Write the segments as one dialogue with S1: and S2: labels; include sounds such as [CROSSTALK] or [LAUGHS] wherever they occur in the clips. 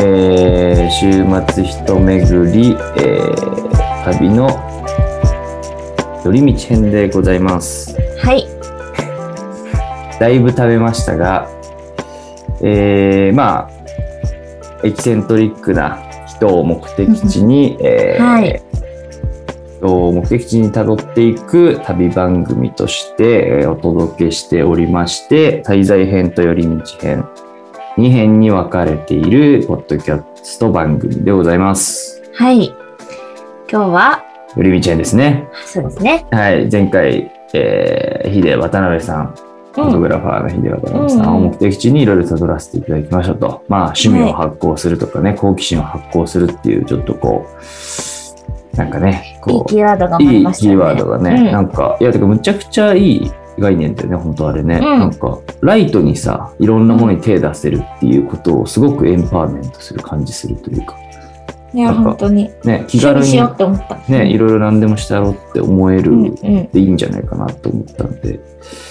S1: えー週末一巡り、えー旅の寄り道編でございます。
S2: はい。
S1: だいぶ食べましたが、えーまあ、エキセントリックな人を目的地に、えー
S2: はい
S1: 人を目的地にたどっていく旅番組としてえーお届けしておりまして、滞在編と寄り道編、2編に分かれているポッドキャスト番組でございます。
S2: はい。今日は、
S1: 寄り道編ですね。
S2: そうですね。
S1: はい、前回、えー、ヒデ渡辺さん、フォトグラファーのヒデ渡辺さんを
S2: うんうん
S1: 目的地にいろいろ辿らせていただきましたと。まあ、趣味を発行するとかね、好奇心を発行するっていう、ちょっとこう、なんかね、
S2: いい
S1: こ
S2: キーワードが
S1: う、
S2: 生まれ
S1: いい
S2: ました
S1: キ
S2: ね。
S1: ーワードがね、
S2: うん
S1: なんか、いや、てか、むちゃくちゃいい概念だよね、本当あれね。
S2: うん
S1: なんか、ライトにさ、いろんなものに手出せるっていうことを、すごくエンパワーメントする感じするというか、
S2: いや、
S1: なんか
S2: 本当に。
S1: ね、気
S2: 一緒
S1: 軽
S2: にし
S1: に
S2: よ、うって思った。
S1: ね、いろいろ何でもしてやろうって思える。
S2: うんうん
S1: でいいんじゃないかなと思ったんで、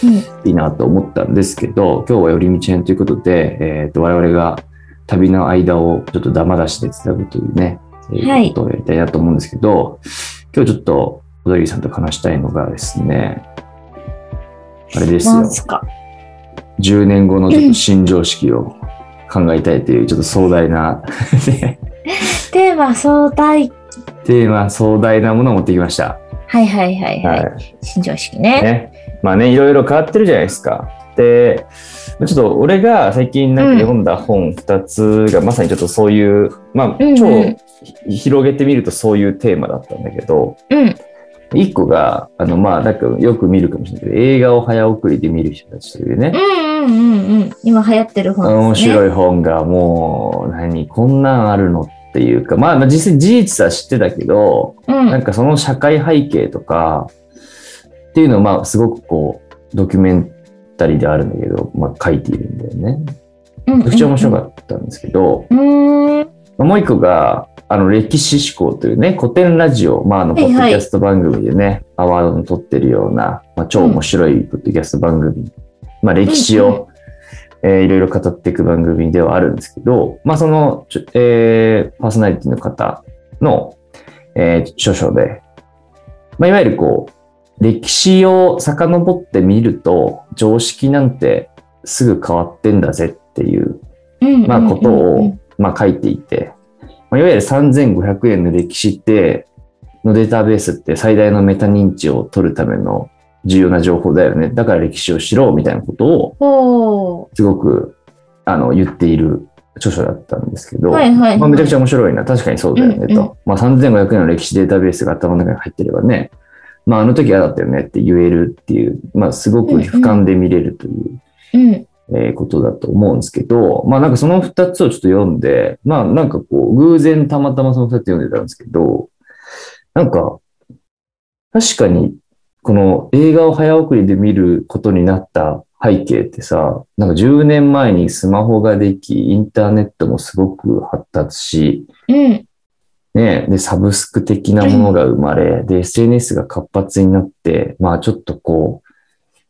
S2: うん
S1: いいなと思ったんですけど今日は寄り道編ということで、えー、と我々が旅の間をちょっとダマ出しでつなぐというね、えー
S2: はい
S1: ことをやりたいなと思うんですけど今日ちょっと小田切さんと話したいのがですねあれですよ
S2: なんすか。
S1: 10年後のちょっと新常識を考えたいというちょっと壮大な [LAUGHS] ね
S2: テーマ相対。
S1: テーマ壮大なものを持ってきました。
S2: はいはいはいはい。新常識ね。
S1: ね、まあねいろいろ変わってるじゃないですか。でちょっと俺が最近なんか読んだ本2つがまさにちょっとそういう、まあ
S2: うんうん
S1: 超ひ広げてみるとそういうテーマだったんだけど
S2: うん。
S1: 1個があのまあなんかよく見るかもしれないけど映画を早送りで見る人たちというね
S2: う、んうんうんうん。今流行ってる本
S1: 面
S2: ですね。
S1: 白
S2: い。
S1: い本がもう何こんなんあるのっていうかまあまあ実際事実は知ってたけど
S2: うん。
S1: なんかその社会背景とかっていうのをまあすごくこうドキュメンタリーであるんだけど、まあ、書いているんだよね。
S2: うんうん
S1: めちゃくちゃ面白かったんですけど、
S2: うーん。
S1: まあもう一個があの歴史思考というね古典ラジオ、まあ、あのポ
S2: はい
S1: ッ
S2: はい
S1: ドキャスト番組でね、アワードの取ってるような、まあ、超面白いポッドキャスト番組、まあ、歴史を、えーいろいろ語っていく番組ではあるんですけど、まあ、その、ちょえーパーソナリティの方の、えー著書で、まあ、いわゆるこう歴史を遡ってみると常識なんてすぐ変わってんだぜっていう
S2: うん
S1: まあ、こと
S2: うんう
S1: を
S2: ん、
S1: まあ、書いていて、まあ、いわゆる3500円の歴史って、のデータベースって最大のメタ認知を取るための重要な情報だよね。だから歴史を知ろうみたいなことを
S2: ほ
S1: すごくあの言っている著書だったんですけ
S2: う。
S1: ど、
S2: はいはいはい。
S1: まあ、めちゃくちゃ面白いな。確かにそうだよねと。
S2: うんうん
S1: まあ、3500円の歴史データベースが頭の中に入ってればね、まあ、あの時ああだったよねって言えるっていう、まあ、すごく俯瞰で見れるという
S2: うん。
S1: えーことだと思うんですけど、まあなんかその2つをちょっと読んで、まあなんかこう、偶然たまたまその2つ読んでたんですけど、なんか、確かに、この映画を早送りで見ることになった背景ってさ、なんか10年前にスマホができ、インターネットもすごく発達し、
S2: うん。
S1: ね、で、サブスク的なものが生まれ、で、SNS が活発になって、まあちょっとこう、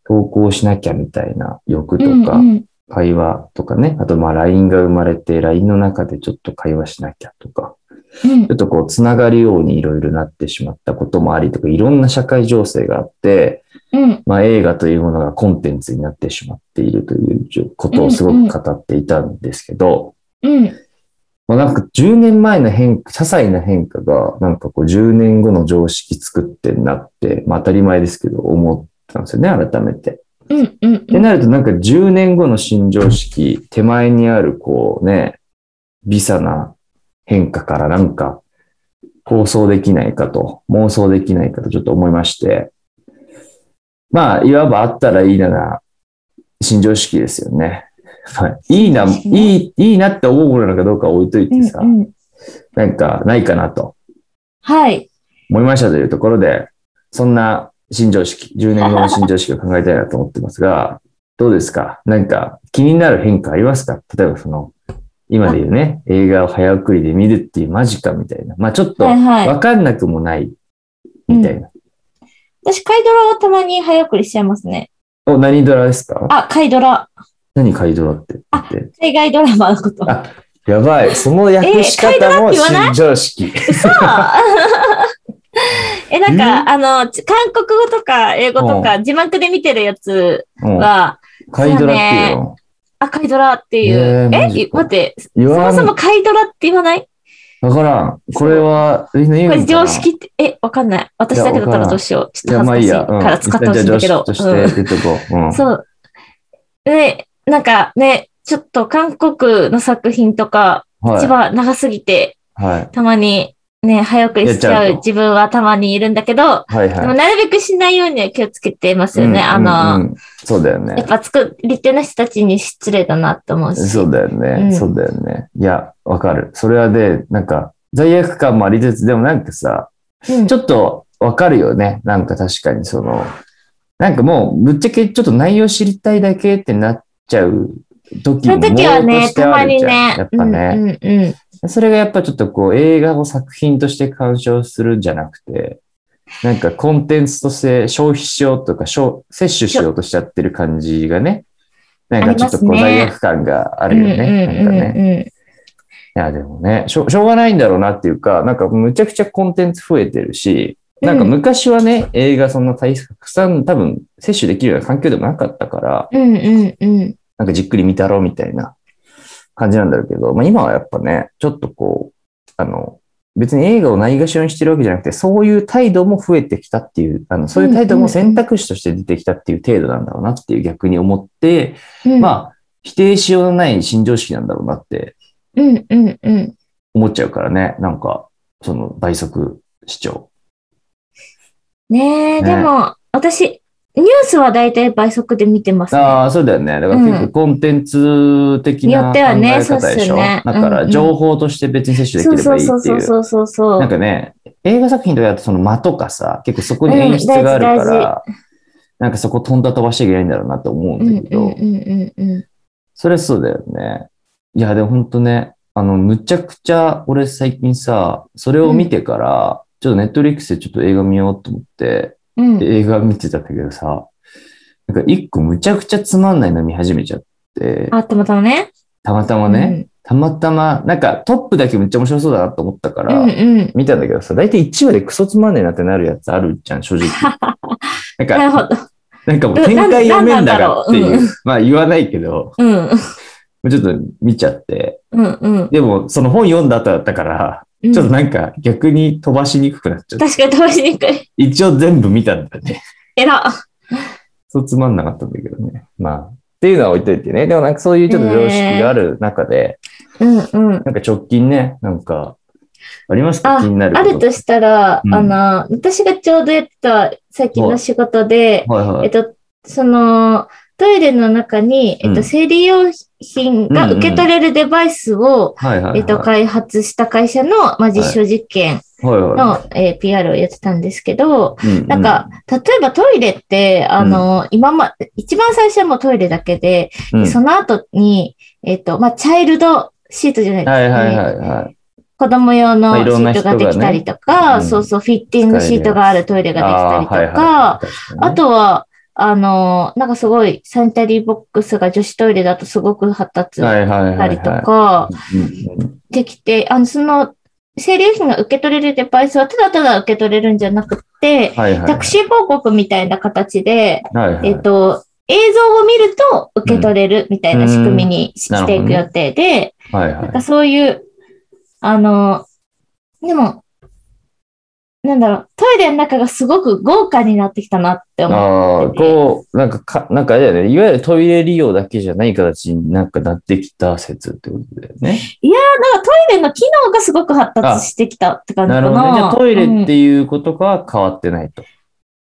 S1: 投稿しなきゃみたいな欲とか、
S2: うん
S1: 会話とかね、あとまあ LINE が生まれて、LINE の中でちょっと会話しなきゃとか、
S2: うん
S1: ちょっとこう、つながるようにいろいろなってしまったこともありとか、いろんな社会情勢があって、
S2: うん。
S1: まあ映画というものがコンテンツになってしまっているということをすごく語っていたんですけど、
S2: うん。
S1: まあなんか10年前の変化、些細な変化が、なんかこう10年後の常識作ってんなって、まあ当たり前ですけど思ったんですよね、改めて。
S2: うん。うん。
S1: ってなるとなんか10年後の新常識、手前にあるこうね、微差な変化からなんか放送できないかと、妄想できないかとちょっと思いまして、まあ、いわばあったらいいなな、新常識ですよね。 [LAUGHS] はい、いいな、
S2: 新常識
S1: い
S2: ね
S1: い、いいなって思うものなのかどうかは置いといてさ、
S2: うんうん。
S1: なんかないかなと
S2: はい。
S1: 思いましたというところで、そんな新常識、10年後の新常識を考えたいなと思ってますが、どうですかなんか気になる変化ありますか例えばその、今で言うね、映画を早送りで見るっていうマジかみたいな。まあちょっと
S2: はいはい
S1: わかんなくもないみたいな。
S2: 私、カイドラをたまに早送りしちゃいますね。
S1: お、何ドラですか
S2: あ、カイドラ。
S1: 何カイドラって言って。
S2: 海外ドラマのこと。
S1: あ、やばい。その訳し
S2: えーカイド
S1: 方
S2: ラっ
S1: も
S2: て言わない
S1: 新常識。
S2: そう [LAUGHS] え、なんか、あの、ち韓国語とか英語とか字幕で見てるやつ
S1: うん、
S2: は、
S1: カイドラっていうの。
S2: あ、カイドラっていう。
S1: えー
S2: え
S1: マジ
S2: い待って、
S1: 言
S2: そ
S1: わ
S2: も
S1: ん
S2: そもカイドラって言わない
S1: わからん。これは、みんな言
S2: こ
S1: うんか
S2: れ
S1: な
S2: 常識って、え、わかんない。私だけだったらどうしよう。
S1: い
S2: ちょ
S1: や、
S2: っと
S1: まあい
S2: 恥
S1: い
S2: ず
S1: や。
S2: かしいから使って
S1: う
S2: ほ
S1: ん
S2: しいんだけ
S1: じゃ
S2: ど
S1: あ。常識と
S2: うん
S1: して出てこう。うん。
S2: [LAUGHS] そう。で、なんかね、ちょっと韓国の作品とか、
S1: は
S2: 一
S1: い。
S2: 番長すぎて、
S1: はい。
S2: たまにね、早送りしち
S1: やっちゃ
S2: ゃ
S1: う
S2: う
S1: と
S2: 自分はたまにいるんだけど、
S1: はい
S2: でも
S1: はい。
S2: なるべくしないようには気をつけてますよね。
S1: うん
S2: あ
S1: う
S2: の、
S1: んうんそうだよね
S2: やっ。ぱ作り手の人たちに失礼だなって思うし。
S1: そうだよね、
S2: うん
S1: そうだよね。いや、わかる。それはで、なんか、罪悪感もありつつ、でもなんかさ、
S2: うん
S1: ちょっとわかるよね。なんか確かにその、なんかもう、ぶっちゃけちょっと内容知りたいだけってなっちゃう時
S2: そ
S1: も
S2: の時は
S1: 朦朧と
S2: ね、
S1: して
S2: た
S1: あ
S2: ま
S1: る
S2: に
S1: じゃん
S2: ね。
S1: やっぱね、
S2: うんうんうん。
S1: それがやっぱちょっとこう、映画を作品として鑑賞するんじゃなくて、なんかコンテンツとして消費しようとか、消摂取しようとしちゃってる感じがね、なんかちょっとこう
S2: ありますね
S1: 罪悪感があるよね。
S2: うん
S1: なん
S2: うん
S1: か
S2: うん
S1: ね。いや、でもねしょ、しょうがないんだろうなっていうか、なんかむちゃくちゃコンテンツ増えてるし、なんか昔はね、映画そんな大たくさん多分摂取できるような環境でもなかったから、
S2: うんうんうんうん。
S1: なんかじっくり見たろうみたいな感じなんだろうけど、まあ今はやっぱね、ちょっとこう、あの、別に映画をないがしろにしてるわけじゃなくて、そういう態度も増えてきたっていう、あの、そういう態度も選択肢として出てきたっていう程度なんだろうなっていう逆に思って、
S2: うん、あ、
S1: まあ、否定しようのない新常識なんだろうなって
S2: うんうんうん。
S1: 思っちゃうからね、なんか、その倍速視聴。
S2: ねえ、
S1: ね
S2: でも、私、ニュースは大体倍速で見てますね。
S1: ああ、そうだよね。だから結
S2: う
S1: 構
S2: ん
S1: コンテンツ的
S2: によ
S1: な
S2: っ
S1: 考
S2: てはね
S1: え方でし
S2: そ
S1: ょ。
S2: うっすよね
S1: だか
S2: うんう
S1: ら
S2: ん
S1: 情報として別に摂取で
S2: そ
S1: き
S2: う
S1: れ
S2: そ
S1: ば
S2: う
S1: いい
S2: そう
S1: って
S2: そ
S1: いうう。
S2: そうそうそう。
S1: なんかね、映画作品とかだとその間とかさ、結構そこに演出がある
S2: うん
S1: か
S2: 大事
S1: ら、なんかそこ飛んだ飛ばしちゃいけないんだろうなと思う
S2: うんん
S1: だ
S2: うん
S1: けど、
S2: うんうんうん。
S1: それそうだよね。いや、でもほんとね、あの、むちゃくちゃ俺最近さ、それを見てから、ちょっとネットリックスでちょっと映画見ようと思って、
S2: うん
S1: で映画見てたんだけどさ、なんか一個むちゃくちゃつまんないの見始めちゃって、
S2: あ、たまたまね。
S1: たまたまね、たまたま、なんかトップだけめっちゃ面白そうだなと思ったか
S2: うん。
S1: ら、
S2: うんうん。
S1: 見たんだけどさ、大体1話でクソつまんねえなってなるやつあるじゃん、正
S2: [LAUGHS]
S1: 直。なん
S2: な
S1: か、
S2: るほど。
S1: なんかもう展開読めんだらって
S2: ななんなん
S1: い
S2: だろ
S1: うう、まあ言わないけど、
S2: うん。
S1: ちょっと見ちゃって、
S2: うんうん。
S1: でもその本読んだ後だったから、
S2: うん
S1: ちょっとなんか逆に飛ばしにくくなっちゃって、
S2: 確かに飛ばしにくい。
S1: 一応全部見たんだね。
S2: えら。
S1: そうつまんなかったんだけどね。まあ。っていうのは置いといてね。でもなんかそういうちょっと常識がある中で、
S2: うんうん。
S1: なんか直近ね、なんか、ありますか
S2: あ
S1: 気になる
S2: ある
S1: こと
S2: したら、
S1: うん
S2: あの、私がちょうどやってた最近の仕事で、
S1: と。はいは
S2: えっ
S1: い。
S2: と、その、トイレの中に、えっ
S1: うん
S2: と、生理用品が受け取れるデバイスを、
S1: はいはい。
S2: えっと、開発した会社の、まあ、実証実験
S1: はいはい
S2: の、えー PR をやってたんですけど、
S1: うう
S2: なんか、例えばトイレって、あの、今ま、一番最初はもうトイレだけで、
S1: うん
S2: その後に、えっ、と、まあ、チャイルドシートじゃないですか、
S1: は
S2: ね
S1: いはいはいはい。
S2: 子供用の
S1: まあい
S2: シ
S1: ろんな
S2: ー
S1: 人
S2: ト
S1: が
S2: が
S1: ね
S2: できたりとか、
S1: うん
S2: そうそう、フィッティングシートがあるトイレができたりとか、あ,、
S1: あーはいはい確かにね
S2: とは、あの、なんかすごい、サニタリーボックスが女子トイレだとすごく発達し
S1: はいはいはいは
S2: た
S1: い
S2: りとか、
S1: うんうん
S2: できて、あの、その、生理用品が受け取れるデバイスはただただ受け取れるんじゃなくて、
S1: はいはい。
S2: タクシー広告みたいな形で、
S1: はいはい
S2: えっ、と、映像を見ると受け取れるみたいな仕組みにし
S1: うん
S2: していく予定で、
S1: はい
S2: なんか
S1: は
S2: そういう、あの、でも、なんだろう、トイレの中がすごく豪華になってきたなって
S1: い。
S2: 思う。
S1: ああ、こう、なんかか、なんかあれだよね。いわゆるトイレ利用だけじゃない形になんかなってきた説ってことだよね。
S2: なんかトイレの機能がすごく発達してきたって感
S1: な
S2: じか
S1: る
S2: な。
S1: ほどね。じゃあトイレ
S2: うん
S1: っていうことが変わってないと。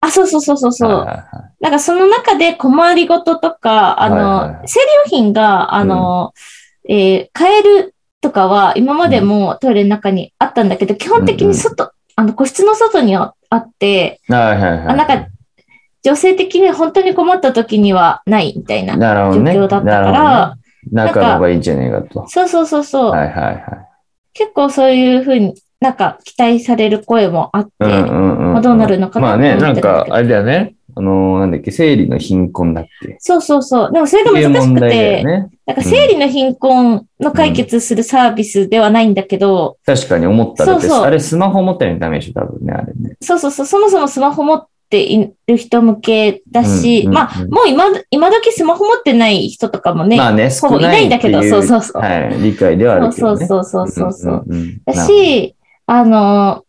S2: あ、そうそうそうそうそ。
S1: はいうはいはい
S2: なんかその中で困りごととか、あの、
S1: はいはいはい
S2: 生理用品が、あの、えー買えるとかは今までもトイレの中にあったんだけど、基本的に外、あの、個室の外にああって、
S1: はいはいはい。
S2: あなんか女性的に本当に困った時にはないみたいな
S1: なるほ
S2: 状
S1: どね、
S2: 況だったか
S1: なるほど
S2: ら、
S1: ね中の方がいいんじゃねえかと。
S2: そうそうそうそう、
S1: はいはいはい。
S2: 結構そういうふうになんか期待される声もあって、
S1: うんうんうん。
S2: まあどうなるのかな
S1: まあ
S2: と思
S1: ね、
S2: ってた
S1: なん
S2: だけど
S1: んか、あれだよね。あのーなんだっけ、生理の貧困だっけ。
S2: そうそうそう。でもそれが
S1: っていう
S2: 難し
S1: 問
S2: く
S1: 題だ
S2: て、
S1: よね。
S2: なんか生理の貧困の解決するサービスではないんだけど、
S1: 確かに思っただって
S2: そうそう
S1: あれスマホ持ってるのダメでしょ、多分ね、あれね。
S2: そうそうそう、そもそもスマホ持っている人向けだし、
S1: うんうんうん
S2: まあ、もう今、今時スマホ持ってない人とかもね、
S1: まあね、
S2: ほ
S1: 少
S2: ぼい
S1: な
S2: ない
S1: い
S2: んだけ
S1: っ
S2: ど、
S1: てい
S2: そうそうそう。
S1: はい、理解ではあるけ
S2: そ
S1: ど
S2: う
S1: ね。
S2: そうそうそうそう。
S1: うんうんうんな
S2: だ
S1: るほど
S2: し、あの、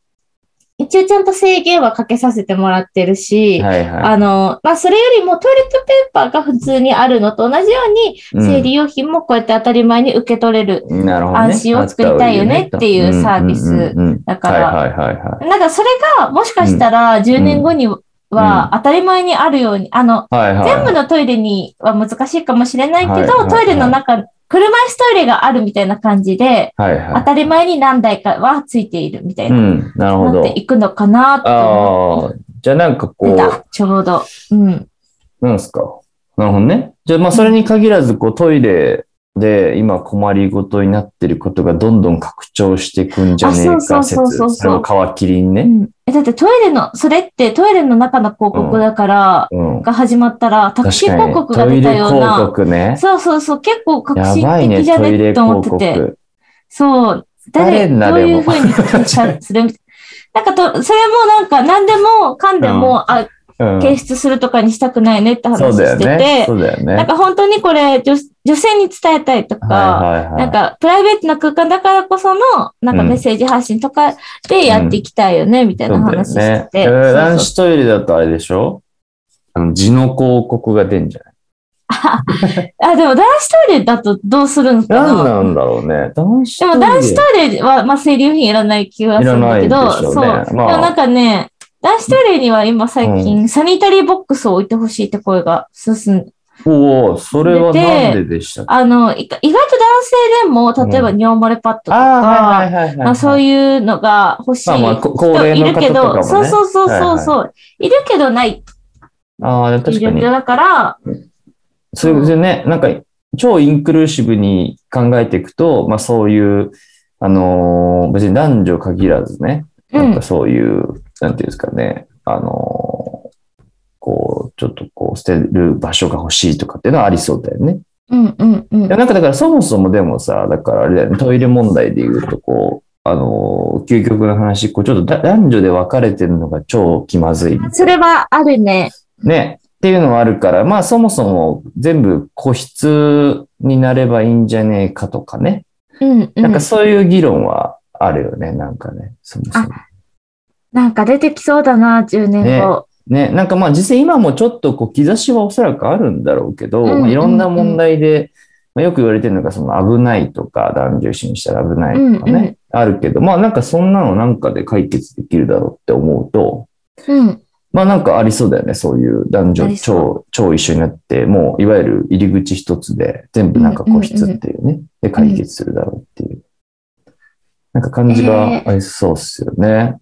S2: 一応ちゃんと制限はかけさせてもらってるし、
S1: はいはい。
S2: あの、まあ、それよりもトイレットペーパーが普通にあるのと同じように、
S1: うん
S2: 生理用品もこうやって当たり前に受け取れる。
S1: なるほどね
S2: 安心を作りたいよねっていうサービス
S1: うんうんうんうん
S2: だから
S1: はいはいはいはい。
S2: なんかそれがもしかしたら10年後には当たり前にあるように、あの、
S1: はいはい、
S2: 全部のトイレには難しいかもしれないけ
S1: はいはい
S2: ど、トイレの中、車椅子トイレがあるみたいな感じで、
S1: はいは
S2: 当
S1: い。
S2: たり前に何台かはついているみたいうな、
S1: ん、なるほ
S2: なっ
S1: ど。
S2: ていくのかなと思
S1: ああ、じゃあなんかこ
S2: って
S1: う、
S2: た、ちょうど。うん。
S1: なんですか。なるほどね。じゃあまあそれに限らず、こうトイレで今困りごとになってることがどんどん拡張していくんじゃねえ
S2: あそ
S1: か
S2: うそうそう
S1: 説。
S2: そうそう
S1: それを皮切りに
S2: う
S1: ね。
S2: ん、えだってトイレの、それってトイレの中の広告だから、
S1: うん。
S2: が始まったら、タク
S1: 確
S2: シー
S1: かに。
S2: 広告が
S1: トイ
S2: 出た
S1: レ
S2: よう
S1: 広
S2: な。
S1: 告ね。
S2: そうそうそう、結構革
S1: や
S2: 新
S1: ばいね、
S2: 的じゃ
S1: トイ
S2: ね
S1: レ
S2: と思っ
S1: 広
S2: てて。
S1: 告。
S2: そう。誰、
S1: 誰んな
S2: どういう
S1: でも
S2: ふうに傾斜するみたいな。なんかと、それもなんか何でもかんでも、あ、
S1: [LAUGHS] うん
S2: 提出するとかにしたくないねって話
S1: そうだよ
S2: してて、
S1: ね。そうだよね。
S2: なんか本当にこれ女、女性に伝えたいとか、
S1: はいはいはい。
S2: なんか、プライベートな空間だからこその、なんかメッセージ発信とかでやっていきたいよね、みたいな話
S1: そうだよ
S2: して
S1: ね
S2: て。
S1: えー
S2: そう
S1: 男
S2: そう
S1: 子トイレだとあれでしょあの、字の広告が出んじゃない
S2: あ、でも男子トイレだとどうするのかな
S1: 何なんだろうね。男子
S2: で
S1: トイレ。
S2: も男子トイレは、まあ、生理用品いらない気がするんだけ
S1: いら
S2: ど、
S1: ないでしょうね
S2: そう。
S1: まあ
S2: でもなんかね、男子トイレには今最近、サニタリーボックスを置いてほしいって声が進ん、
S1: おお、それはなんででしたか
S2: あの、いか意外と男性でも、例えば尿漏れパッドと
S1: ああ、はい
S2: か、
S1: はいはいはい。
S2: まあそういうのが欲しい
S1: まあまあこ高
S2: 人
S1: 齢
S2: い
S1: の
S2: る
S1: 方
S2: け
S1: とかも
S2: ど、
S1: ね
S2: そうそうそうそうそう、いるけどない、
S1: ああ、でも
S2: い
S1: 確か
S2: る
S1: に。
S2: だから、
S1: そうですよね。なんか、超インクルーシブに考えていくと、まあそういう、あのー別に男女限らずね、
S2: う
S1: なん
S2: ん
S1: か、そういう、なんていうんですかね、あのーこう、ちょっとこう、捨てる場所が欲しいとかっていうのはありそうだよね。
S2: うん、うん、うん
S1: いや。なんかだからそもそもでもさ、だからあれだよね、トイレ問題で言うとこう、あのー究極の話、こうちょっとだ男女で分かれてるのが超気まずい。
S2: それはあるね。
S1: ね。っていうのはあるから、まあそもそも全部個室になればいいんじゃねえかとかね。
S2: うん、う
S1: なん
S2: ん
S1: か。そういう議論はあるよね、なんかね。そもそも。
S2: なんか出てきそうだな、10年後。
S1: ね、なんかまあ実際今もちょっとこう兆しはおそらくあるんだろうけど、
S2: うんうんうん
S1: まあいろんな問題で、まあ、よく言われてるのがその危ないとか男女視にしたら危ないとかね、
S2: うんうん
S1: あるけど、まあなんかそんなのなんかで解決できるだろうって思うと、
S2: うん、
S1: まあなんかありそうだよね、そういう男
S2: あ
S1: 女
S2: りそ
S1: 超、超一緒になって、もういわゆる入り口一つで全部なんか個室っていうね、で解決するだろうっていう、なんか感じがありそうっすよね。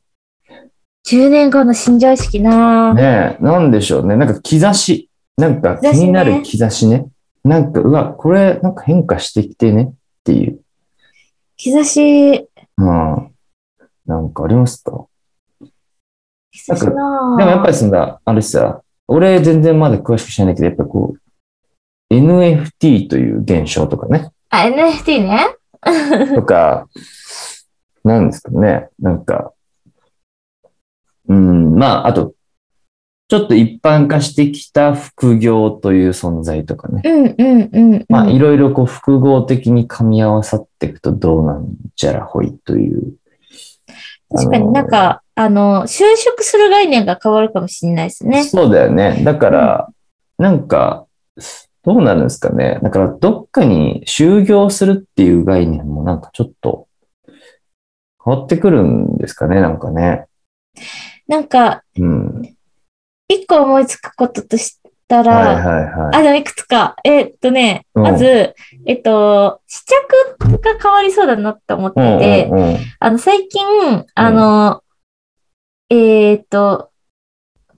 S2: 10年後の新庄式なぁ。
S1: ねえ、なんでしょうね。なんか兆し。なんか気になる兆しね。なんか、うわ、これ、なんか変化してきてねっていう。
S2: 日差し、
S1: うん。なんかありますか
S2: 日差しなぁ
S1: でもやっぱりそんな、あれさ、俺全然まだ詳しく知らないけど、やっぱこう、NFT という現象とか
S2: [LAUGHS]
S1: ね。
S2: あ、NFT ね。
S1: とか、なんですかね。なんか、うん、まあ、あと、ちょっと一般化してきた副業という存在とかね。
S2: うんうんうんうん。
S1: まあ、いろいろこう複合的に噛み合わさっていくとどうなんじゃらほいという。
S2: 確かになんか、あの、就職する概念が変わるかもしれないですね。
S1: そうだよね。だから、なんか、どうなるんですかね。だから、どっかに就業するっていう概念もなんかちょっと変わってくるんですかね、なんかね。
S2: なんか、
S1: うん。
S2: 一個思いつくこととしたら、
S1: はいはいはい。
S2: あ、でもいくつか。えっとね、
S1: うん
S2: まず、えっと、試着が変わりそうだなって思って
S1: うん
S2: て、
S1: うんうん
S2: あの、最近、あの、えーっと、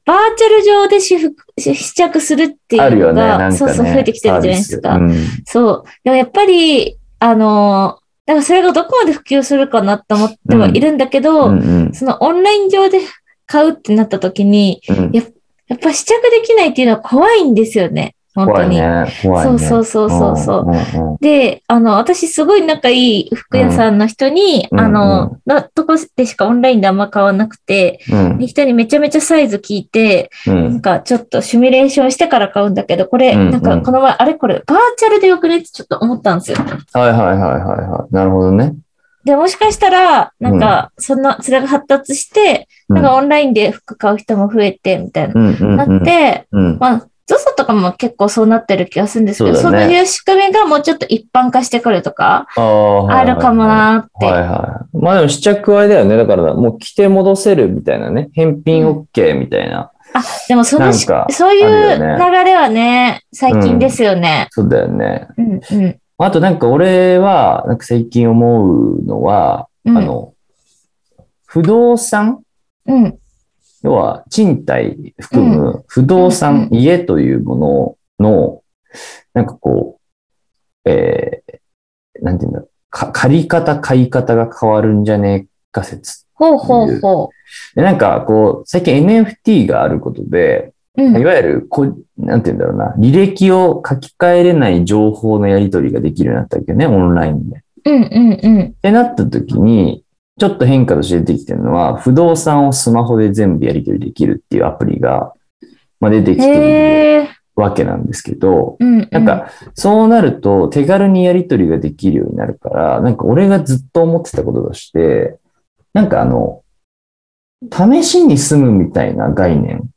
S2: バーチャル上で私服、し試着するってい
S1: あ
S2: う
S1: るよ
S2: の
S1: ね、
S2: が、
S1: なんかね。
S2: そうそう、増えてきてるじゃないですか。
S1: サービス
S2: そう。でもやっぱり、あの、なんかそれがどこまで普及するかなって思ってはいるんだけ
S1: う
S2: ど、
S1: んうんうん
S2: そのオンライン上で買うってなった時に、
S1: うん
S2: ややっぱ試着できないっていうのは怖いんですよね。本当
S1: 怖い
S2: に。
S1: ね。怖い
S2: そ
S1: ね。
S2: うそうそうそうそう。
S1: んうんうん
S2: で、あの、私すごい仲いい服屋さんの人に、
S1: うん
S2: あ
S1: うん
S2: の、なとこでしかオンラインであんま買わなくて、
S1: うん
S2: で人にめちゃめちゃサイズ聞いて、
S1: う
S2: なん
S1: ん
S2: かちょっとシミュレーションしてから買うんだけど、これ、
S1: うんうん
S2: なんかこの前、あれこれ、バーチャルでよくねってちょっと思ったんですよ。
S1: はいはいはいはいはい。なるほどね。
S2: で、もしかしたら、なんか、そんな、それが発達して、
S1: うん
S2: なんかオンラインで服買う人も増えて、みたいな、
S1: うんうん
S2: な
S1: うん
S2: って、
S1: うん。
S2: まあ、ゾゾとかも結構そうなってる気がするんですけど、
S1: そ
S2: そう
S1: だね
S2: ういう仕組みがもうちょっと一般化してくるとか、
S1: あーはい
S2: あ
S1: はい
S2: るかもなーって。
S1: はいはい。まあでも試着あれだよね。だからもう着て戻せるみたいなね。返品 OK みたいな。
S2: あ、でもそのし
S1: なんか
S2: そういう
S1: あるよ
S2: 流
S1: ね
S2: れはね、最近ですよね。
S1: そうだよね。
S2: うん、うん、
S1: あとなんか俺は、なんか最近思うのは、
S2: うん。
S1: あの、不動産
S2: うん、
S1: 要は賃貸含む不動産、
S2: う
S1: 家というものの、なんかこう、えー、なんて言うんだろう。か借り方、買い方が変わるんじゃねえか説。
S2: ほうほうほ
S1: でなんかこう、最近 NFT があることで、
S2: う。うん、う
S1: い
S2: ん、
S1: わゆるこ、なんて言うんだろうな、履歴を書き換えれない情報のやり取りができるようになったわけよね、オンラインで。っ
S2: うん、うん。
S1: てなった時に、ちょっと変化として出てきてるのは、不動産をスマホで全部やり取りできるっていうアプリが、まあ、出てきている
S2: へえ、
S1: わけなんですけど、
S2: うん、うん。
S1: なんか、そうなると手軽にやり取りができるようになるから、なんか俺がずっと思ってたこととして、なんかあの、試しに住むみたいな概念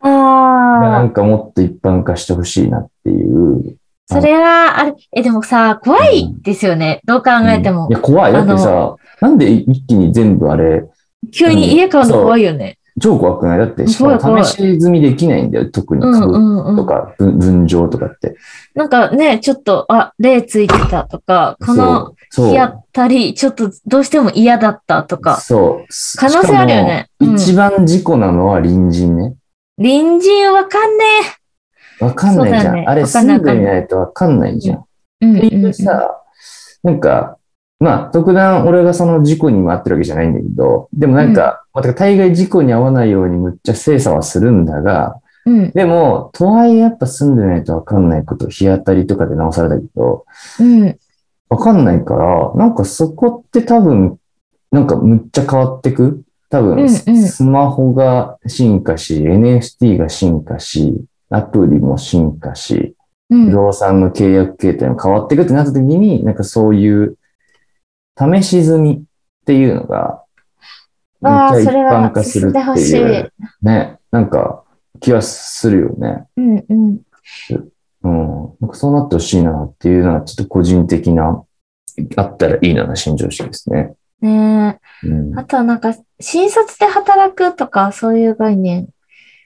S1: な
S2: ああ、
S1: んかもっと一般化してほしいなっていう。
S2: それは、あれ、え、でもさ、怖いですよね。どう考えても
S1: い。や、怖い。だって
S2: あ
S1: さ、なんで一気に全部あれ、
S2: 急に家買うの怖いよね。
S1: 超怖くないだって、しか
S2: 怖い怖
S1: も
S2: い
S1: 試し済みできないんだよ。特に
S2: うん、う
S1: 株
S2: ん、う
S1: と
S2: ん。
S1: か、分分譲とかって。
S2: なんかね、ちょっと、あ、例ついてたとか、この
S1: そう、
S2: 日
S1: そ
S2: 当
S1: う、
S2: たり、ちょっとどうしても嫌だったとか、
S1: そう。
S2: 可能性あるよね
S1: しかも
S2: うん
S1: 一番事故なのは隣人ね。
S2: 隣人わかんね
S1: わかんないじ
S2: そ
S1: ゃ。
S2: うんだよね
S1: あれ
S2: わか
S1: 住
S2: んない
S1: んでみないとわかんないじゃん。っ
S2: え。うん、
S1: て
S2: うん。
S1: いううんさ、なんか、まあ、特段俺がその事故にも遭ってるわけじゃないんだけど、でもなんか、まあ大概事故に遭わないようにむっちゃ精査はするんだが、
S2: うん、
S1: でも、とはいえやっぱ住んでないとわかんないこと、日当たりとかで直されたけど、
S2: うん。
S1: わかんないから、なんかそこって多分、なんかむっちゃ変わってく多分、
S2: うんうん
S1: スマホが進化し、NFT が進化し、アプリも進化し、
S2: うん
S1: 不動産の契約形態も変わっていくってなった時に、なんかそういう試し済みっていうのが、めっ
S2: ああ、
S1: ち
S2: そ
S1: ゃ一
S2: れは
S1: 般化するって
S2: 進んでほし
S1: い、
S2: いう
S1: ね、なんか気はするよね。
S2: うんうん。
S1: うん。なんかそうなってほしいなっていうのは、ちょっと個人的な、あったらいいな、新常識ですね。
S2: ね
S1: うん
S2: え。あとはなんか、新卒で働くとか、そういう概念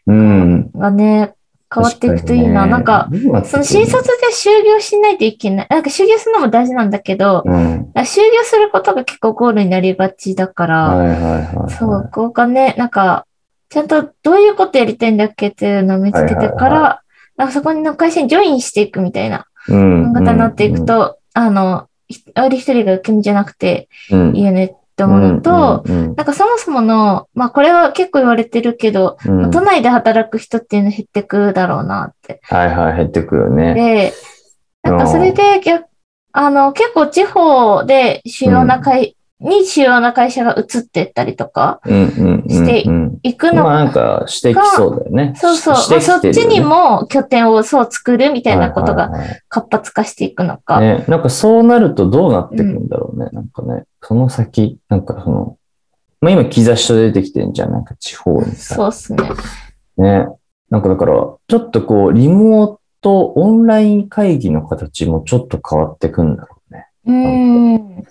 S1: うん。
S2: がね、変わっていくといいな。なんか、
S1: 確にね、どうなってく
S2: そ
S1: る
S2: の新卒で就業しないといけない。なんか就業するのも大事なんだけど、
S1: うん。
S2: 就業することが結構ゴールになりがちだか
S1: はい
S2: ら、
S1: はいはいはい。
S2: そう、こうかね、なんか、ちゃんとどういうことやりたいんだっけっていうのを見つけて
S1: はい
S2: か
S1: はい
S2: ら、なんかそこの会社にジョインしていくみたいな
S1: うん。うん。
S2: 考え方になっていくと、あの、ひ一人一人が受け身じゃなくて
S1: うん、うん
S2: いいよねって思うのと、
S1: うんうん
S2: なんかそもそもの、まあこれは結構言われてるけど、
S1: うん
S2: 都内で働く人っていうの減ってくだろうなって。
S1: はいはい、減ってくよね。
S2: で、なんかそれで逆、あの、結構地方で主要な会、に主要な会社が移ってったりとか、
S1: うんうんうん、うん。
S2: して行くの、
S1: まあなんかしてきそうだよね。
S2: そうそう、
S1: し
S2: まあ、
S1: して
S2: そ
S1: き
S2: って
S1: る
S2: ち
S1: よね
S2: にも拠点をそう作るみたいなこと
S1: は
S2: が
S1: いはいはい
S2: 活発化していくのか。
S1: ね、なんかそうなるとどうなってくんだろうね。なんかね、その先、なんかその、まあ今兆しと出てきてんじゃん。なんか地方にさ。
S2: そうっすね。
S1: ね。なんかだから、ちょっとこう、リモート、オンライン会議の形もちょっと変わってくんだろうね。
S2: うーん。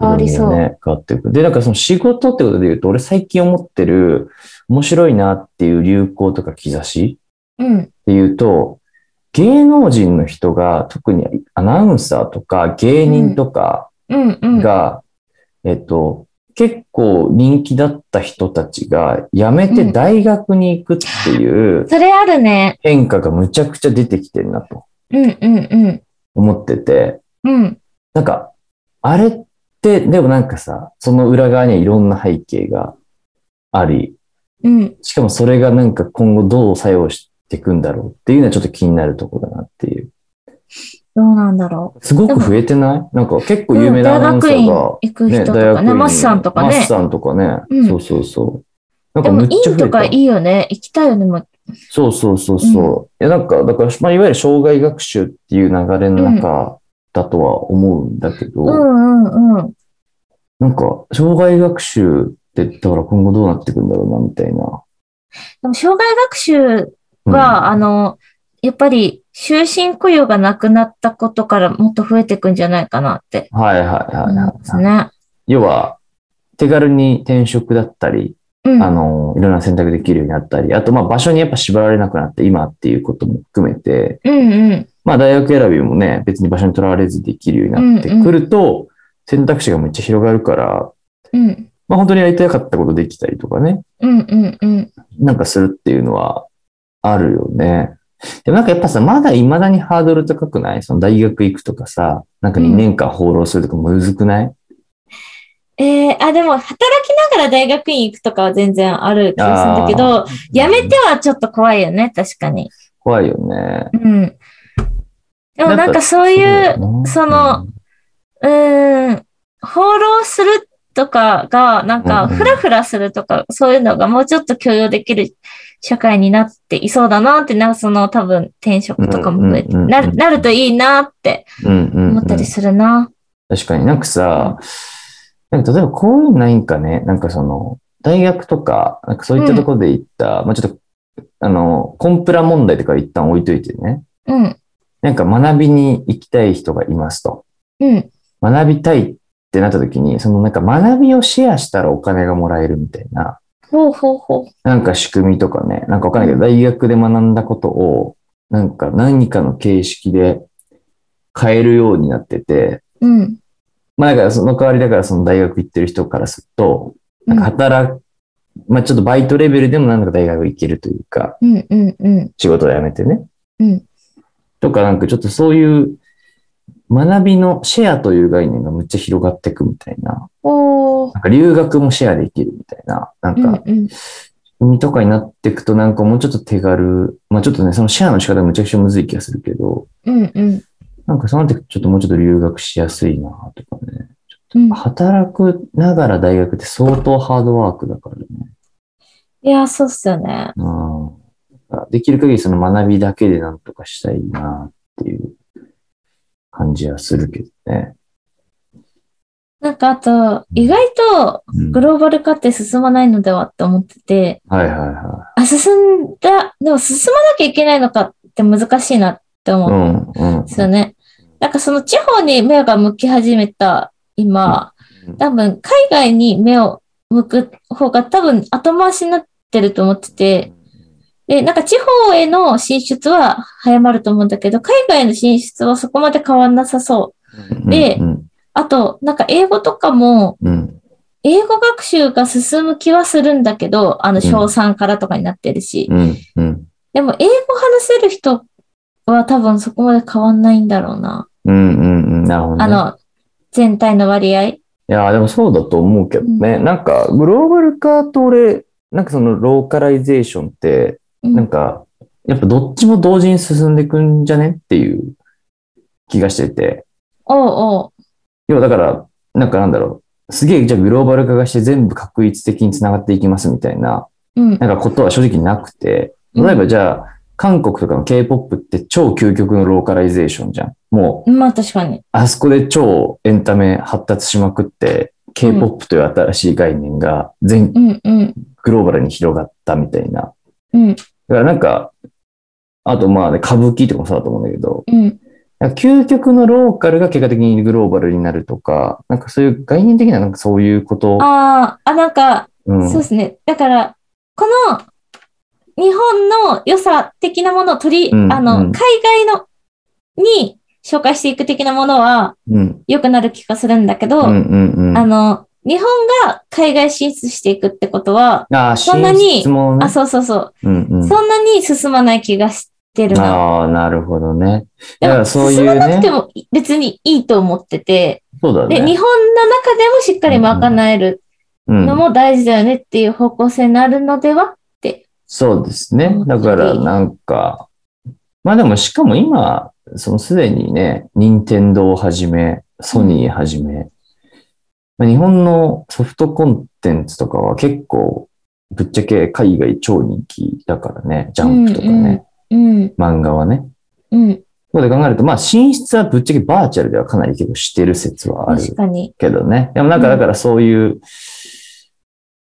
S2: 変わりそう。
S1: ね、変わってく。で、なんかその仕事ってことで言うと、俺最近思ってる面白いなっていう流行とか兆し
S2: うん。
S1: っていうと、芸能人の人が、特にアナウンサーとか芸人とか
S2: うんうん。
S1: が、えっと、結構人気だった人たちが辞めて大学に行くっていう
S2: それあるね。
S1: 変化がむちゃくちゃ出てきてるなと
S2: うんうんうん。
S1: 思ってて、
S2: うん。
S1: なんか、あれって、でもなんかさ、その裏側にはいろんな背景があり、
S2: うん。
S1: しかもそれがなんか今後どう作用していくんだろうっていうのはちょっと気になるところだなっていう。
S2: どうなんだろ
S1: すごく増えてないなんか結構有名なアナウンサーが
S2: う。、行く
S1: ね、
S2: 人と
S1: 大学
S2: かね、
S1: 院
S2: マッサンとか
S1: マッ
S2: ね。
S1: サンとかね。
S2: うん
S1: そうそうそう。なん
S2: で
S1: か
S2: も、
S1: む
S2: イ
S1: っちゃ増
S2: ンと
S1: えた
S2: かいいよね。行きたいよね。もう
S1: そうそうそうそう。いや、なんか、だから、まあ、いわゆる障害学習っていう流れの中だとは思うんだけど、
S2: うんうんうん。
S1: なんか、障害学習って、だから今後どうなっていくんだろうな、みたいな。
S2: でも、障害学習が、あ
S1: うん
S2: の、やっぱり、終身雇用がなくなったことからもっと増えていくんじゃないかなって
S1: はいはいはい、
S2: 思うんです
S1: はい
S2: ね。
S1: 要は、手軽に転職だったり、
S2: うん。
S1: あの、いろんな選択できるようになったり、あと、まあ、場所にやっぱ縛られなくなって、今っていうことも含めて、
S2: うんうん。
S1: まあ大学選びもね、別に場所にとらわれずできるようになってくると、選択肢がめっちゃ広がるから、
S2: うん。
S1: まあ本当にやりたかったことできたりとかね、
S2: うんうんうん。
S1: なんかするっていうのはあるよね。でもなんかやっぱさ、まだ未だにハードル高くないその大学行くとかさ、なんか2年間放浪するとかむずくない、
S2: えー、あ、でも、働きながら大学院行くとかは全然ある気がするんだけど、やめてはちょっと怖いよね、確かに。
S1: 怖いよね。
S2: うん。でもなんかそういう、
S1: う
S2: その、うーん、放浪するとかが、なん
S1: う
S2: か、
S1: んうん
S2: ふらふらするとか、そういうのがもうちょっと許容できる社会になっていそうだなって、なんかその多分転職とかも増えて、
S1: うんうんうんうん
S2: なるなるといいなって
S1: うんうんうん
S2: 思ったりするな。
S1: 確かになんかさ、なんか例えばこういうのないんかね、なんかその、大学とか、なんかそういったところで行った、まあちょっと、あの、コンプラ問題とか一旦置いといてね、
S2: うん、
S1: なんか学びに行きたい人がいますと。
S2: うん、
S1: 学びたいってなった時に、そのなんか学びをシェアしたらお金がもらえるみたいな、
S2: ほうほうほ
S1: なんか仕組みとかね、なんかわかんないけど、大学で学んだことを、なんか何かの形式で変えるようになってて、
S2: う。うん、
S1: まあ、だからその代わりだからその大学行ってる人からすると、
S2: う
S1: なん
S2: ん
S1: か、働く、まあちょっとバイトレベルでもなんとか大学行けるというか、
S2: うん、うん、うん、
S1: 仕事を辞めてね。
S2: うん。
S1: とかなんかちょっとそういう学びのシェアという概念がむっちゃ広がっていくみたいな。
S2: おー
S1: なんか留学もシェアできるみたいな。なん
S2: うん
S1: か、、
S2: うん、
S1: 海とかになっていくとなんかもうちょっと手軽。まあちょっとね、そのシェアの仕方むちゃくちゃむずい気がするけど、
S2: うん、うん、
S1: なんかそうなってくるとちょっともうちょっと留学しやすいなとかね。
S2: うん。
S1: 働くながら大学って相当ハードワークだからね。
S2: いや、そうっすよね。
S1: うん、できる限りその学びだけでなんとかしたいなっていう感じはするけどね。
S2: なんかあと、意外と
S1: うん
S2: グローバル化って進まないのではって思ってて、
S1: はいはいは
S2: あ、進んだ、でも進まなきゃいけないのかって難しいなって思
S1: い。う
S2: うん
S1: んうん。
S2: ですよね。なんかその地方に目が向き始めた今、
S1: うん
S2: 多分海外に目を向く方が多分後回しになってると思ってて、で、なんか地方への進出は早まると思うんだけど、海外への進出はそこまで変わんなさそう。で
S1: うん
S2: あと、なんか英語とかも、
S1: うん
S2: 英語学習が進む気はするんだけど、あの、小3からとかになってるし。
S1: うんうん
S2: でも、英語話せる人は多分そこまで変わんないんだろうな。
S1: うんうんうん。なるほど、ね。
S2: あの、全体の割合。
S1: いやーでもそうだと思うけどね。なんかグローバル化と俺、なんかそのローカライゼーションって、
S2: う
S1: なん
S2: ん。
S1: かやっぱどっちも同時に進んでいくんじゃねっていう気がしてて。
S2: おうおう。
S1: 要はだから、なんかなんだろう。すげえ、じゃあグローバル化がして全部確一的につながっていきますみたいな、
S2: うん。
S1: なんかことは正直なくて、
S2: うん
S1: 例えばじゃあ、韓国とかの K-POP って超究極のローカライゼーションじゃん。もう、
S2: まあ、確かに。
S1: あそこで超エンタメ発達しまくって、K-POP という新しい概念が全
S2: うんうん。
S1: グローバルに広がったみたいな。
S2: うん。
S1: だからなんか、あとまあね、歌舞伎とかもそうだと思うんだけど、
S2: うん。
S1: なんか究極のローカルが結果的にグローバルになるとか、なんかそういう概念的ななんかそういうこと。
S2: ああ、あ、なんか、
S1: うん、
S2: そうですね。だから、この、日本の良さ的なものを取り、
S1: うん
S2: あ
S1: う
S2: の、
S1: ん
S2: 海外の、に紹介していく的なものは
S1: うん。
S2: 良くなる気がするんだけど、
S1: うんうんうん。
S2: あの、日本が海外進出していくってことは、
S1: あー、
S2: そんなに
S1: 進出もね
S2: あ、そうそうそう、
S1: うんうん。
S2: そんなに進まない気がしてるな。
S1: ああ、なるほどね。
S2: で
S1: だか
S2: も、
S1: らそういう
S2: 進まな
S1: ね
S2: くて。も別にいいと思ってて、
S1: そうだ
S2: で、
S1: ね。
S2: 日本の中でもしっかり賄える
S1: うん
S2: のも大事だよねっていう方向性になるのでは
S1: そうですね
S2: 思っ。て
S1: だからなんか、まあでもしかも今、そのすでにね、任天堂をはじめ、ソニーはじめ、まあ日本のソフトコンテンツとかは結構、ぶっちゃけ海外超人気だからね、ジャンプとかね、
S2: うん、
S1: 漫画はね。
S2: うん、
S1: ここで考えると、まあ進出はぶっちゃけバーチャルではかなり結構してる説はある
S2: 確かに。
S1: けどね。でもなんか
S2: うん
S1: だからそういう、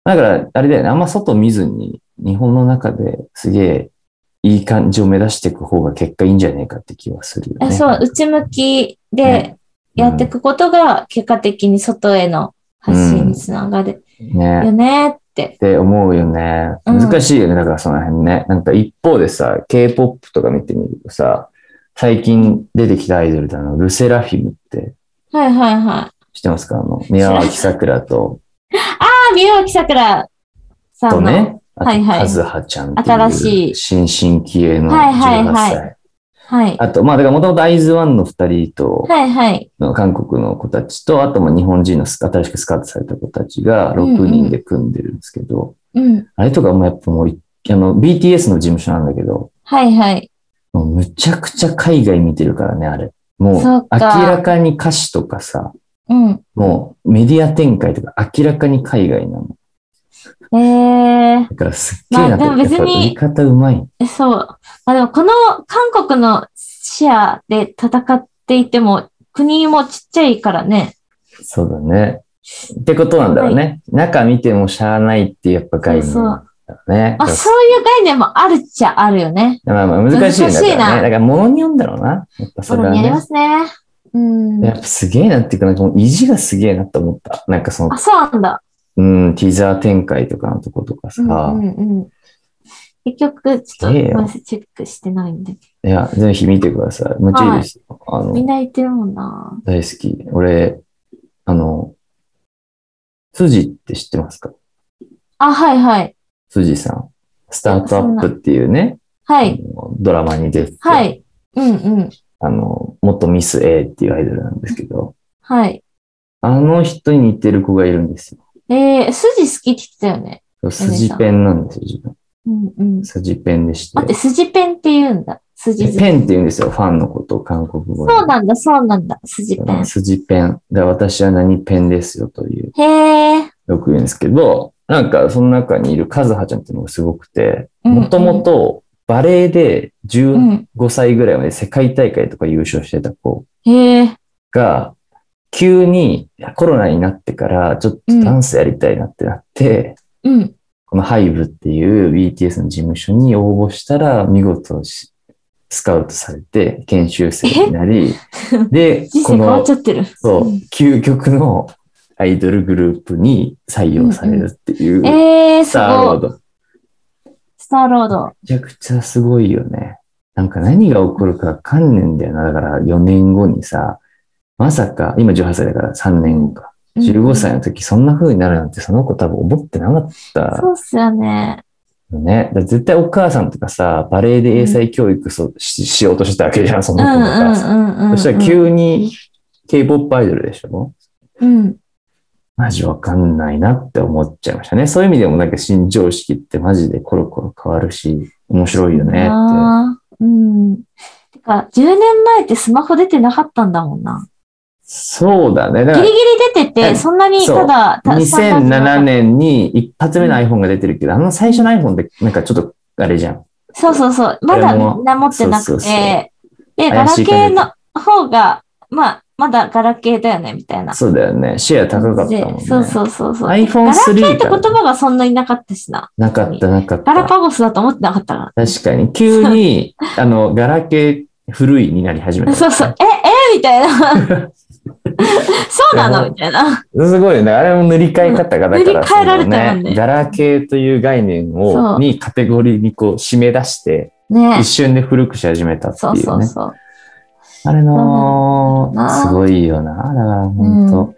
S1: だからあれだよね、あんま外見ずに日本の中ですげえいい感じを目指していく方が結果いいんじゃねえかって気はするよ
S2: あ
S1: ね。
S2: そう、内向きで
S1: ね
S2: やっていくことが、結果的に外への発信につながるよ
S1: ね。
S2: ねって
S1: っ。て思うよね。
S2: うん
S1: 難しいよね、だからその辺ね。なんか一方でさ、K-POP とか見てみるとさ、最近出てきたアイドルだの、ルセラフィムって
S2: はいはいはい。
S1: 知ってますかあの、宮脇桜と、
S2: あ、宮脇さくらさ
S1: と
S2: んの。
S1: ね、あと、
S2: はいはい
S1: カズハちゃんっていう
S2: 新しい
S1: 新進気鋭の18歳。
S2: はいはいはいはい。
S1: あと、まあ、だからもともとアイズワンの二人と、
S2: はいはい。
S1: 韓国の子たちと、あとも日本人のス新しくスカウトされた子たちが
S2: うんうん
S1: 6人で組んでるんですけど、
S2: うん。
S1: あれとかもやっぱもうい、あの、BTS の事務所なんだけど、
S2: はいはい。
S1: もうむちゃくちゃ海外見てるからね、あれ。もう、
S2: そ
S1: 明
S2: うから
S1: かに歌詞とかさ、
S2: うん。
S1: もうメディア展開とか明らかに海外なの。
S2: えー
S1: だからすっげえなと
S2: まあで
S1: 思っ
S2: も別
S1: て、やっぱ
S2: に
S1: 売り方うまい。
S2: え、そう。まあでもこの韓国のシェアで戦っていても、国もちっちゃいからね。
S1: そうだね。ってことなんだろうね。中見てもしゃあないってやっぱ概念なんだろうね。
S2: まあそういう概念もあるっちゃあるよね。
S1: まあまあ難しいんだからね。
S2: 難しいな
S1: だから物によんだろうな。やっぱそ
S2: そ
S1: れ
S2: れ
S1: は
S2: にあり
S1: ね
S2: ま。すね。うん。
S1: やっぱすげえなっていうか、なんかもう意地がすげえなって思った。なんかその
S2: あ、、そうなんだ。
S1: うん、ティザー展開とかのとことかさ。
S2: うんうんうん。結局、ちょっと、
S1: ええよ
S2: ごめんなさいチェックしてないんで。
S1: いや、ぜひ見てください。めっちゃいいですよ。あ
S2: みん
S1: の、
S2: な言ってるもんな。
S1: 大好き。俺、あの、辻って知ってますか
S2: あ、はいはい。
S1: 辻さん。スタートアップっていうね、
S2: はい。
S1: あのドラマに出てて、
S2: はい。うんうん。
S1: あの、元ミス A っていうアイドルなんですけど、
S2: はい。
S1: あの人に似てる子がいるんですよ。
S2: えー、筋好きって言ってたよね。
S1: 筋ペンなんですよ、自分。
S2: うんうん。
S1: 筋ペンでして。
S2: 待って、筋ペンって言うんだ。筋好き。
S1: ペンって言うんですよ、ファンのことを韓国語で。
S2: そうなんだ、そうなんだ。筋ペン。
S1: 筋ペン。で、私は何ペンですよという、
S2: へえ。
S1: よく言うんですけど、なんかその中にいるカズハちゃんっていうのがすごくて、
S2: うんうん
S1: もともとバレエで
S2: う
S1: 15
S2: ん。
S1: 歳ぐらいまで世界大会とか優勝してた子
S2: へえ。
S1: が、急にコロナになってからちょっとダンスやりたいなってなって、
S2: うん。
S1: このハイブっていう BTS の事務所に応募したら、見事しスカウトされて、研修生になり、で、
S2: 人
S1: こ
S2: 生変わ
S1: の
S2: っち、ゃってる。
S1: そう
S2: うん、
S1: 究極のアイドルグループに採用されるっていう、
S2: えー、
S1: ス
S2: す
S1: ターロ
S2: ご
S1: ー
S2: い。
S1: ド。
S2: スターロード。
S1: めちゃくちゃすごいよね。なんか何が起こるかわかんねえんだよな。だから4年後にさ、まさか、今18歳だから3年後か。
S2: うん
S1: 15歳の時、そんな風になるなんて、その子多分思ってなかった
S2: そうっすよね。
S1: ね。だから絶対お母さんとかさ、バレエで英才教育そ、ししようとしてたわけじゃん、そ
S2: うん
S1: の
S2: う
S1: 子
S2: ん
S1: のお母さん。
S2: うんうんうん。
S1: そしたら急に K-POP アイドルでしょ
S2: うん。
S1: マジわかんないなって思っちゃいましたね。そういう意味でもなんか新常識ってマジでコロコロ変わるし、面白いよねっ
S2: あーうん。てか、10年前ってスマホ出てなかったんだもんな。
S1: て。そうだね。だ
S2: ギ
S1: か
S2: リ
S1: ら
S2: ギリ出てて、
S1: うん
S2: そんなにただ、た
S1: 2007。
S2: た
S1: 年に一発目の iPhone が出てるけど、あの最初の iPhone ってなんかちょっとあれじゃん。
S2: そうそうそう。まだ
S1: これも
S2: みんな持ってな
S1: そ
S2: く
S1: うそうそう
S2: て。で、
S1: 怪
S2: ガラ
S1: しい
S2: ケーの方が、まあ、まだガラケーだよね、みたいな。
S1: そうだよね。シェア高かったもんね。
S2: そうそうそうそう。
S1: iPhone
S2: ガラケーって言
S1: 3
S2: 葉がそんなになかったしな。
S1: なかったなかっ
S2: ガラ
S1: た。
S2: パゴスだと思ってなかったか
S1: 確かに。急に、あの、ガラケー古いになり始め
S2: ら。
S1: た。
S2: そうそう。え、えみたいな。
S1: [LAUGHS]
S2: そうなのみたいな。
S1: すごいよね。あれも塗り替え方が、だから、
S2: 塗り替えられたもんね
S1: そのガラケーという概念
S2: そう
S1: を、にカテゴリーにこう締め出して、
S2: ね
S1: 一瞬で古くし始めたってい
S2: そうう
S1: ね。
S2: そうそう。
S1: あれの
S2: そうなんだな
S1: すごいよな。だから、本当、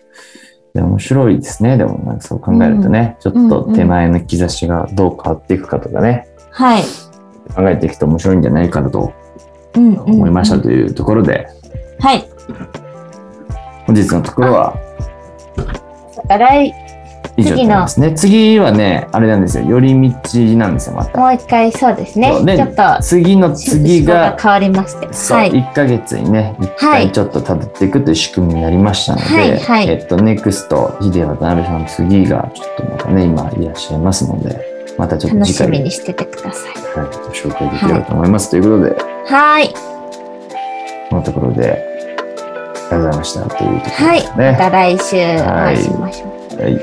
S1: で面白いですね。でも、なんかそう考えるとね、ちょっと手前の兆しがどう変わっていくかとかね、
S2: はい。
S1: 考えていくと面白いんじゃないかなと
S2: うん、うん。
S1: 思いましたというところで、
S2: はい。
S1: 本日のところは、
S2: 来
S1: 以上になりますね。次はね、あれなんですよ。寄り道なんですよ、また。
S2: もう一回そうですね。
S1: そうで
S2: ちょっと
S1: 次の次
S2: 思考
S1: が、
S2: 変わりまして。
S1: そう、
S2: はい。
S1: 1ヶ月にね、1回ちょっと辿っていくという仕組みになりましたので、
S2: はいはい
S1: えっと、ネクスト、ヒデ渡辺さん、次が、ちょっとまたね、今いらっしゃいますので、またちょっと
S2: 楽
S1: 次
S2: し
S1: 回、
S2: み
S1: はい、
S2: にしててください。
S1: ご紹介できればと思います。ということで、
S2: はい。
S1: このところで、ありがとうございました。というところ
S2: は
S1: で
S2: い
S1: す。ね。
S2: また来週お
S1: は
S2: 会
S1: い
S2: いしましょう。
S1: はい。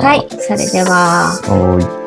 S2: はい。それでは。
S1: はい。